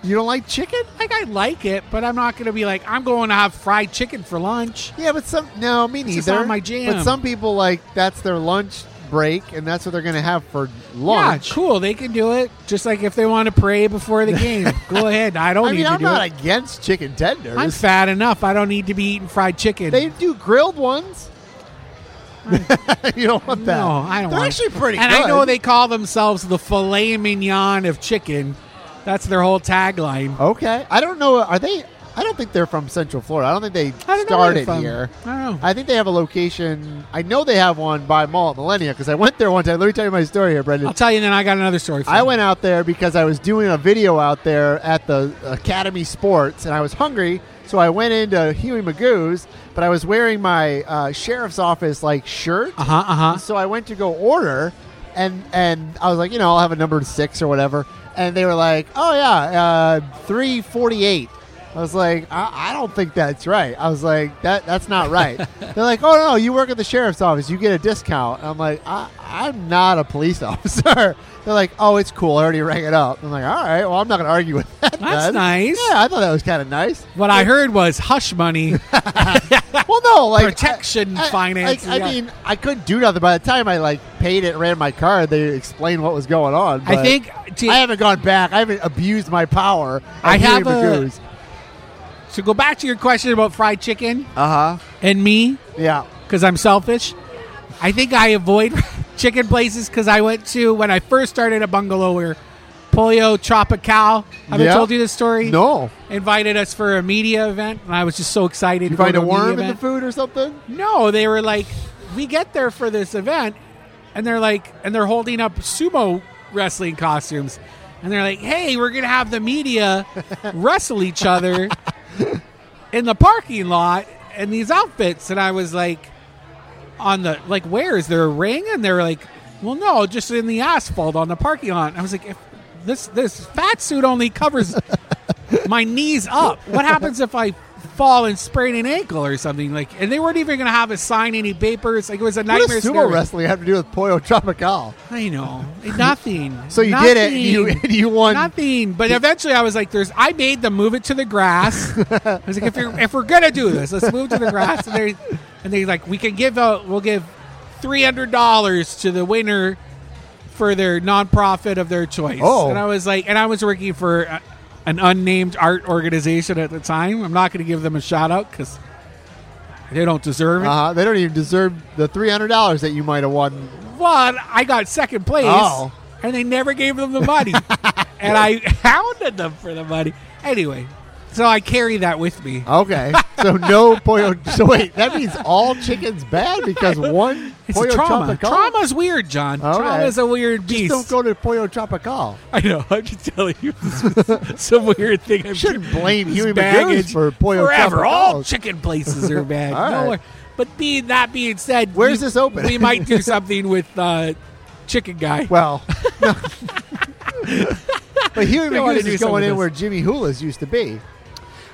you don't like chicken?
Like I like it, but I'm not going to be like I'm going to have fried chicken for lunch.
Yeah, but some no, me
just
neither.
not my jam.
But some people like that's their lunch break, and that's what they're gonna have for lunch.
Yeah, cool. They can do it. Just like if they want to pray before the game, go ahead. I don't
I
need
mean,
to
I'm
do
not
it.
against chicken tenders.
I'm fat enough. I don't need to be eating fried chicken.
they do grilled ones. you don't want that.
no, I don't.
They're
want it.
actually pretty
And
good.
I know they call themselves the filet mignon of chicken. That's their whole tagline.
Okay. I don't know. Are they? I don't think they're from Central Florida. I don't think they
I don't know where they're
started
from.
here.
I don't know.
I think they have a location. I know they have one by Mall at Millennia because I went there one time. Let me tell you my story here, Brendan.
I'll tell you. Then I got another story. For
I
you.
went out there because I was doing a video out there at the Academy Sports, and I was hungry, so I went into Huey Magoo's, but I was wearing my uh, sheriff's office like shirt,
Uh huh. Uh huh.
so I went to go order, and and I was like, you know, I'll have a number six or whatever, and they were like, oh yeah, uh, three forty eight. I was like, I, I don't think that's right. I was like, that that's not right. They're like, oh no, you work at the sheriff's office, you get a discount. And I'm like, I, I'm not a police officer. They're like, oh, it's cool. I already rang it up. I'm like, all right, well, I'm not going to argue with that.
That's
then."
nice.
Yeah, I thought that was kind of nice.
What I heard was hush money.
Well, no, like
Protection finance,
I, I
yeah.
mean, I couldn't do nothing. By the time I like paid it, ran my card, they explained what was going on.
I
but
think. to-
I haven't gone back. I haven't abused my power.
I have a-
Uh
So go back to your question about fried chicken
huh.
and me,
Yeah.
because I'm selfish. I think I avoid chicken places because I went to when I first started a bungalow where Polio Tropical. Have I
Yeah.
told you this story?
No.
Invited us for a media event, and I was just so excited.
You
to go
find
to
a
media
worm in the
event.
food or something?
No, they were like, we get there for this event, and they're like, and they're holding up sumo wrestling costumes, and they're like, hey, we're gonna have the media wrestle each other in the parking lot in these outfits, and I was like, on the like, where is there a ring? And they're like, well, no, just in the asphalt on the parking lot. And I was like, if this this fat suit only covers my knees up. What happens if I fall and sprain an ankle or something? Like, and they weren't even going to have us sign any papers. Like, it was a
What does
nightmare.
sumo
scenario.
wrestling have to do with Pollo Tropical?
I know Eh, nothing.
So you
nothing.
did it. And you and you won.
Nothing, but eventually I was like, "There's." I made them move it to the grass. I was like, "If you're if we're gonna do this, let's move to the grass." And they and they like, "We can give out. We'll give three hundred dollars to the winner for their nonprofit of their choice."
Oh.
and I was like, and I was working for a, an unnamed art organization at the time. I'm not going to give them a shout out because they don't deserve it.
Uh-huh. They don't even deserve the three hundred dollars that you might have won.
But I got second place,
Oh.
and they never gave them the money, and I hounded them for the money. Anyway, so I carry that with me.
Okay, so no Pollo. So wait, that means all chicken's bad because one
It's
Pollo
a trauma.
Tropical.
Trauma's weird, John.
All right.
Trauma's a weird
Just
beast.
don't go to Pollo Tropical.
I know. I'm just telling you, this was some weird thing. I'm
Shouldn't blame
this
Huey
baggage
McGinnis for Pollo
forever.
Tropical.
All chicken places are bad.
All right.
Nowhere- But being that being said,
Where's
we-
this open?
We might do something with uh, chicken guy.
Well, no. but Huey
They wanna
McGinnis
do
is
some
going
of
in
this.
where Jimmy Hula's used to be.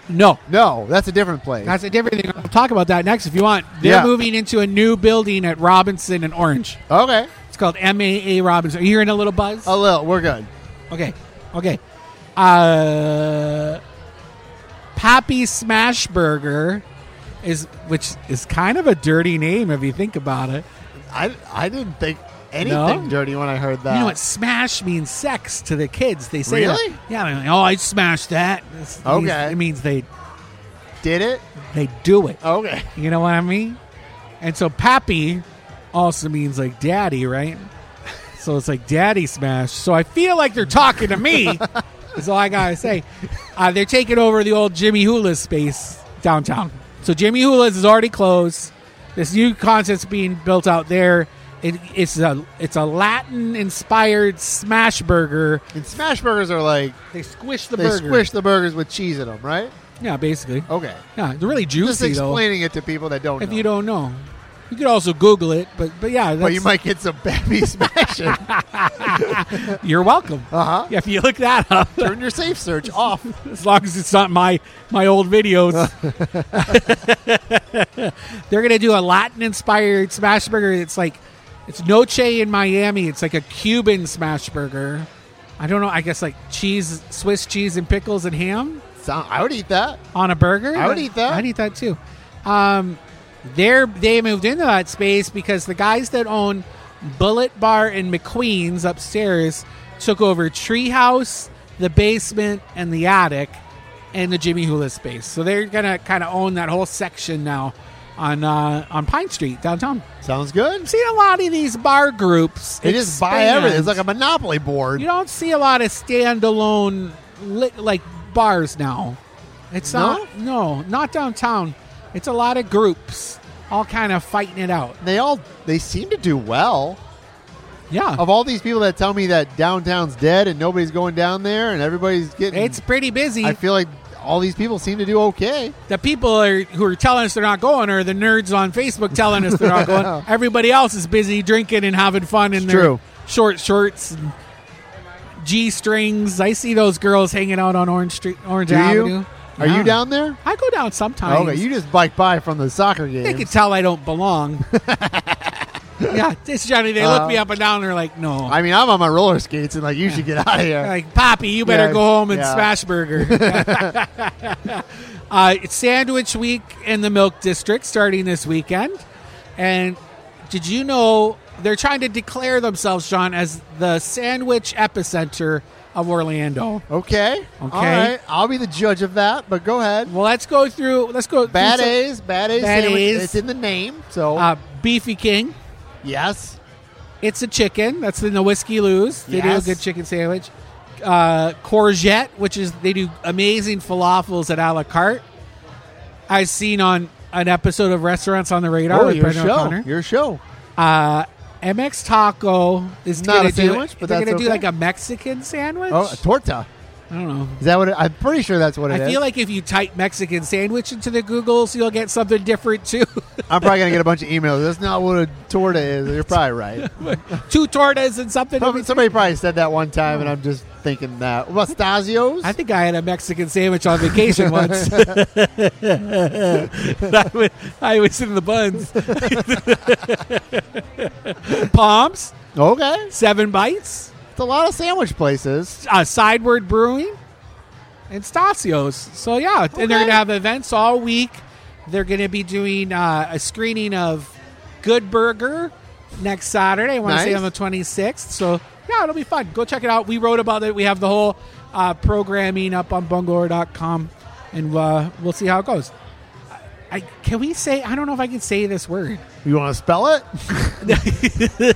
no,
No, that's a different place.
That's a different thing. I'll talk about that next if you want. They're
Yeah.
moving into a new building at Robinson and Orange.
okay,
It's called MAA Robinson. Are you hearing a little buzz?
a little. We're good.
Okay. Okay. Uh, Pappy Smashburger is, which is kind of a dirty name if you think about it.
I I didn't think anything
No?
dirty when I heard that.
You know what? Smash means sex to the kids. They say that.
Really?
Yeah. they're like, oh, I smashed that. It's- it means-
Okay.
It means they
Did it?
they do it.
Okay.
You know what I mean? And so Pappy also means like daddy, right? So it's like daddy smash. So I feel like they're talking to me. is all I gotta say. Uh, they're taking over the old Jimmy Hula's space downtown. So Jimmy Hula's is already closed. This new concept's being built out there. It, it's a it's a Latin inspired smash burger.
And smash burgers are like
They squish the
they
burger. Oh.
squish the burgers with cheese in them, right?
Yeah, basically.
Okay.
Yeah, they're really
Just
juicy though.
explaining it to people that don't
If
know.
you don't know, you could also Google it. But but yeah, that's,
but you might get some Uh-huh. baby smashing.
You're welcome.
Uh huh.
Yeah, if you look that up,
Turn your safe search off.
as long as it's not my my old videos, they're gonna do a Latin-inspired smash burger. It's like it's noche in Miami. It's like a Cuban smash burger. I don't know. I guess like cheese, Swiss cheese, and pickles and ham
Sound, I would eat that.
on a burger.
I would eat that.
I'd eat that too. Um, they're they moved into that space because the guys that own Bullet Bar and McQueen's upstairs took over Treehouse, the basement, and the attic, and the Jimmy Hula space. So they're gonna kind of own that whole section now on uh, on Pine Street downtown.
Sounds good.
I've seen a lot of these bar groups.
They just buy everything. It's like a
expand.
monopoly board.
you don't see a lot of standalone lit, like bars now. It's
No?
not no, not downtown. It's a lot of groups all kind of fighting it out.
they all they seem to do well.
Yeah.
Of all these people that tell me that downtown's dead and nobody's going down there and everybody's getting,
It's pretty busy.
I feel like all these people seem to do okay.
the people are, who are telling us they're not going are the nerds on Facebook telling us they're not going. Everybody else is busy drinking and having fun in
It's
their
true.
short shorts and G strings. I see those girls hanging out on Orange Street Orange
Do
Avenue.
you? Are you
Yeah.
down there?
I go down sometimes.
Okay, you just bike by from the soccer game.
They could tell I don't belong. yeah, this Johnny. They
Uh,
look me up and down. And they're like, no.
I mean, I'm on my roller skates and like you should get out of here.
like, Poppy, you better
Yeah,
go home and
yeah.
smash burger. uh, it's Sandwich Week in the Milk District starting this weekend. And did you know they're trying to declare themselves, Sean, as the sandwich epicenter of Orlando?
Okay. All right. I'll be the judge of that, but go ahead.
Well, let's go through. Let's go. through
Bad
some-
A's, bad A's,
Bad
sandwich.
A's.
It's in the name, so
Uh, Beefy King.
yes.
It's a chicken. That's in the Whiskey Lou's. They
Yes.
do a good chicken sandwich. Uh, courgette, which is they do amazing falafels at a la carte. I've seen on an episode of Restaurants on the Radar
Oh,
with
your
Brendan
show.
O'Connor.
Your show.
Uh, MX Taco is
Not
gonna
a sandwich,
do,
but
they're
that's
gonna do
okay.
like a Mexican sandwich.
Oh, a torta.
I don't know.
Is that what it, I'm pretty sure that's what it is.
I feel like if you type Mexican sandwich into the Googles, you'll get something different too.
I'm probably gonna get a bunch of emails. That's not what a torta is. You're probably right.
Two tortas and something.
Probably- Somebody probably said that one time, and I'm just thinking that Mustachios.
I think I had a Mexican sandwich on vacation once. I, was, I was in the buns. Palms,
okay,
seven bites,
it's a lot of sandwich places.
uh, sideward brewing, and Stasio's. So yeah, and they're
Okay.
gonna have events all week. They're gonna be doing uh, a screening of Good Burger next Saturday. I want to say
Nice.
on the twenty sixth. So yeah, it'll be fun. Go check it out. We wrote about it. We have the whole uh, programming up on bungalow.com and uh, we'll see how it goes. I, I can we say I don't know if I can say this word.
You want to spell it?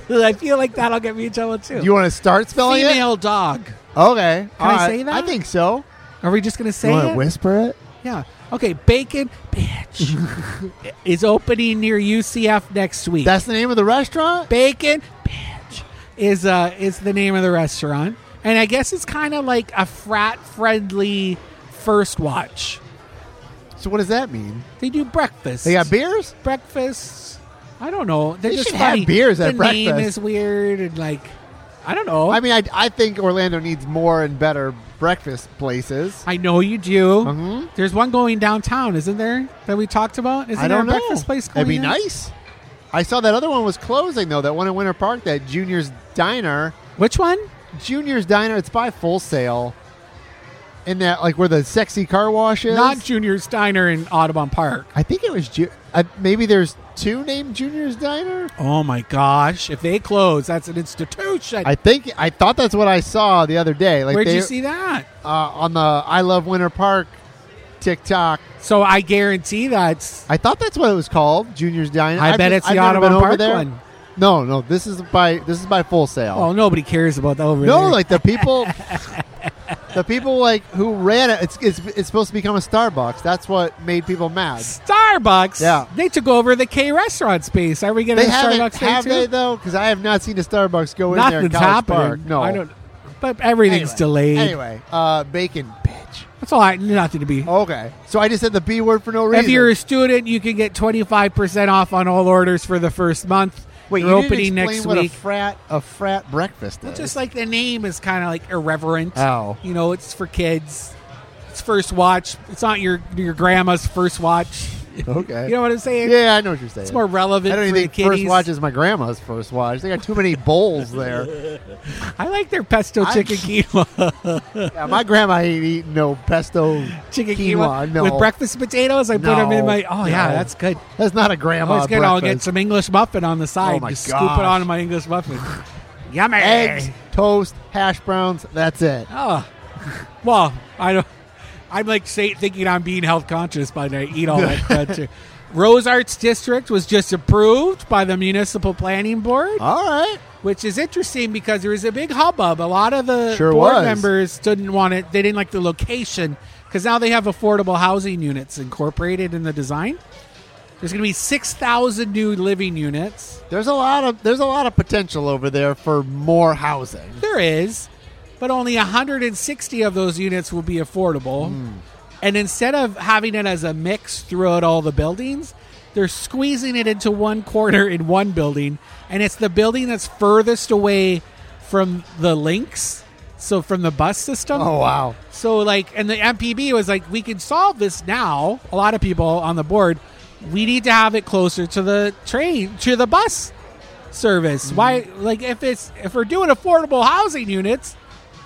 I feel like that'll get me in trouble too.
You want to start spelling it?
Female dog.
Okay.
Can I say that?
I think so.
Are we just gonna say
you
it?
want to whisper it?
Yeah. Okay. Bacon Bitch is opening near UCF next week.
That's the name of the restaurant.
Bacon Bitch is uh is the name of the restaurant, and I guess it's kind of like a frat friendly first watch.
So what does that mean?
They do breakfast.
They got beers.
breakfast. I don't know. They're
They
just
should have
funny.
beers
the
at
name
breakfast.
is weird and like I don't know.
I
i
mean, I, I think Orlando needs more and better breakfast places.
know you do.
Mhm.
There's one going downtown, isn't there? That we talked about. Isn't
I don't
there a
know.
breakfast place going?
That'd be
in?
nice. I saw that other one was closing though. That one in Winter Park, that Junior's Diner.
Which one?
Junior's Diner. It's by Full Sail. In that, like where the sexy car wash is.
Not Junior's Diner in Audubon Park.
I think it was. Ju- I, maybe there's two named Junior's Diner.
Oh my gosh! If they close, that's an institution.
I think I thought that's what I saw the other day. Like
Where'd
they,
you see that?
uh, on the I Love Winter Park TikTok.
So I guarantee that's.
I thought that's what it was called, Junior's Diner.
I
I've
bet
just-
it's the
I've never been
Audubon
over
Park
there.
one.
No, no, this is by this is by Full Sail.
Oh, nobody cares about the over
no,
there.
like the people, the people like who ran it. It's, it's it's supposed to become a Starbucks. That's what made people mad.
Starbucks.
Yeah.
they took over the K restaurant space. Are we getting
They
a
haven't,
Starbucks there
have they
too?
though? Because I have not seen a Starbucks go in there. in
Nothing's
College
happening.
Park. No,
I don't. But everything's
Anyway.
delayed.
Anyway, uh, bacon, bitch.
That's all. I, nothing to be.
Okay, so I just said the B word for no reason.
if you're a student, you can get twenty five percent off on all orders for the first month.
Wait, you
You're
didn't
opening
explain
next
what
week.
A frat, a frat breakfast. Is.
Just like the name is kind of like irreverent.
Oh.
you know, it's for kids. It's first watch. It's not your your grandma's first watch.
okay.
You know what I'm saying?
yeah, I know what you're saying.
It's more relevant.
I don't
for
even
the
think
kiddies.
first watch is my grandma's first watch. They got too many bowls there.
I like their pesto
I-
chicken quinoa.
Yeah, my grandma ain't eating no pesto
chicken
quinoa. No,
with breakfast potatoes. I put
No.
them in my. Oh yeah,
No.
that's good.
that's not a
I'm
grandma.
always good. I'll get
breakfast.
some English muffin on the side.
Oh, my
Just scoop
gosh.
it on my English muffin. Yummy.
eggs, toast, hash browns. That's it.
Oh. Well, I don't. I'm like say, thinking I'm being health conscious, but I eat all that stuff too. Rose Arts District was just approved by the Municipal Planning Board,
All right.
which is interesting because there was a big hubbub. A lot of the
Sure
board
was.
members didn't want it. They didn't like the location because now they have affordable housing units incorporated in the design. There's going to be six thousand new living units.
There's a lot of there's a lot of potential over there for more housing.
There is, but only 160 of those units will be affordable. And instead of having it as a mix throughout all the buildings, they're squeezing it into one corner in one building, and it's the building that's furthest away from the links, so from the bus system.
Oh wow.
So like, and the MPB was like, we can solve this now. A lot of people on the board, we need to have it closer to the train, to the bus service. Why? Like, if it's if we're doing affordable housing units,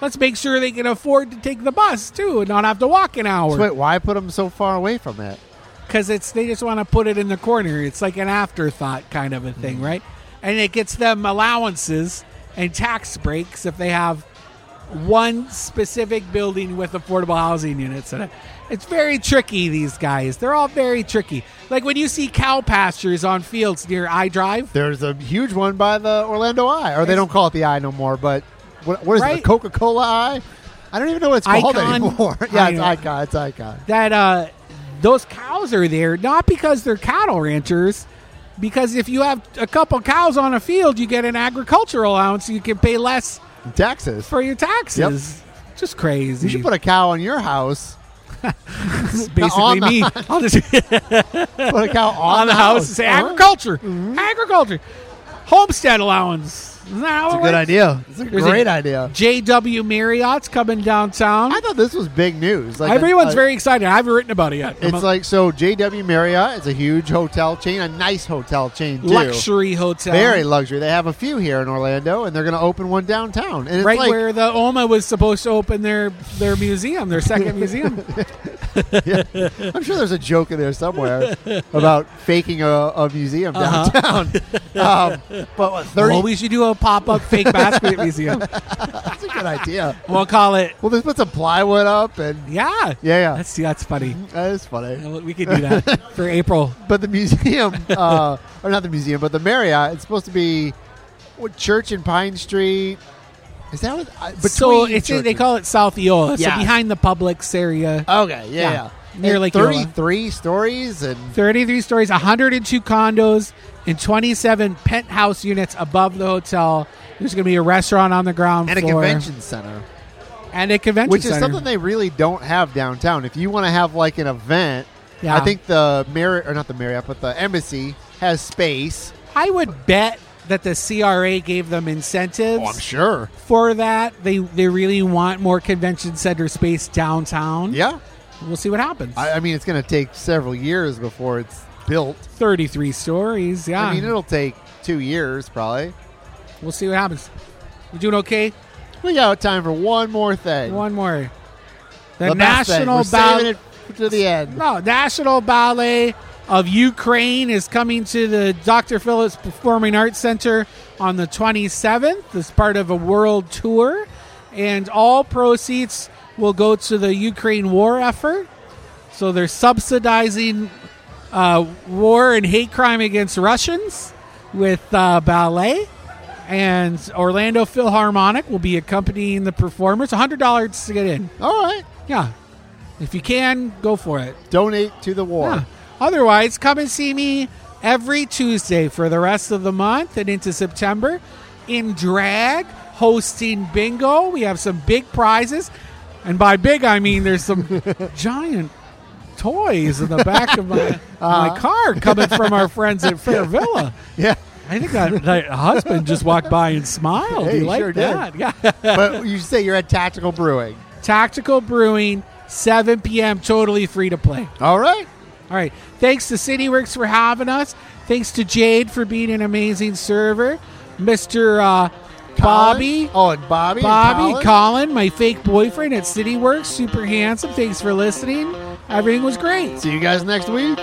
let's make sure they can afford to take the bus too and not have to walk an
So
hour
wait, why put them so far away from it?
because it's they just want to put it in the corner. It's like an afterthought kind of a thing, right? And it gets them allowances and tax breaks if they have one specific building with affordable housing units in it. It's very tricky, these guys. They're all very tricky. Like when you see cow pastures on fields near I Drive,
There's a huge one by the Orlando Eye, or they don't call it the Eye no more. But what, what is it?
Right.
The Coca Cola Eye? I don't even know what it's called
Icon?
anymore. yeah,
I
it's
know.
Icon. It's Icon.
that uh those cows are there not because they're cattle ranchers, because if you have a couple cows on a field, you get an agricultural allowance. You can pay less
Texas.
for your taxes. Just crazy.
You should put a cow in your house.
It's basically
on the-
me. I'll just
Put a cow on, Uh-huh.
on the house and say
Huh?
agriculture,
Mm-hmm.
agriculture, homestead allowance. Isn't that how
It's
it
a good
works?
idea. It's a
There's a-
great idea.
JW Marriott's coming downtown.
I thought this was big news. Like
Everyone's
like-
very excited. I haven't written about it yet. I'm a
It's like so. JW Marriott is a huge hotel chain, a nice hotel chain too.
luxury hotel.
Very luxury. They have a few here in Orlando, and they're going to open one downtown. And it's
right
like,
where the OMA was supposed to open their their museum, their second museum.
I'm sure there's a joke in there somewhere about faking a, a museum downtown. um, but what, thirty?
Uh-huh. Well, we should do a pop up fake basket museum.
that's a good idea.
We'll call it.
Well, just put some plywood up, and
Yeah.
yeah, yeah,
That's that's funny.
that is funny.
We could do that for April.
But the museum, uh, or not the museum, but the Marriott, it's supposed to be what church in Pine Street. Is that what? I- Between
so it's they
churches.
call it South Eola.
Yeah.
So behind the Publix area.
Okay, yeah,
Yeah.
yeah.
Near
And
Lake Yola.
33 stories and
33 stories, 102 condos, and 27 penthouse units above the hotel. There's going to be a restaurant on the ground
and a
floor
convention center,
and a convention
which
center.
is something they really don't have downtown. If you want to have like an event,
Yeah.
I think the Marriott or not the Marriott, but the embassy has space.
I would bet that the CRA gave them incentives
Oh, sure.
for that. They they really want more convention center space downtown.
Yeah,
We'll see what happens.
I, I mean it's going to take several years before it's built.
33 stories. Yeah.
I mean it'll take two years probably.
we'll see what happens. We doing okay?
We got time for one more thing.
One more. The,
The best thing.
National
We're
Ballet.
saving it to the end.
No, National Ballet of Ukraine is coming to the Dr. Phillips Performing Arts Center on the 27th as part of a world tour. And all proceeds will go to the Ukraine war effort. So they're subsidizing uh, war and hate crime against Russians with uh, ballet. And Orlando Philharmonic will be accompanying the performers. $100 to get in.
All right,
Yeah. If you can, go for it.
donate to the war.
Yeah. Otherwise, come and see me every Tuesday for the rest of the month and into September in drag, hosting bingo. We have some big prizes. And by big, I mean there's some giant toys in the back of my,
Uh-huh.
my car coming from our friends at Fair Villa.
Yeah,
I think that that husband just walked by and smiled.
Hey,
he
he
liked
sure did.
that. Yeah.
but you say you're at Tactical Brewing.
Tactical Brewing, 7 p.m., totally free to play.
All right.
All right. Thanks to CityWorks for having us. Thanks to Jade for being an amazing server. Mr. Uh, Bobby.
Colin? Oh, and Bobby. and
Bobby, Colin.
Colin?
my fake boyfriend at CityWorks, super handsome. Thanks for listening. Everything was great.
See you guys next week.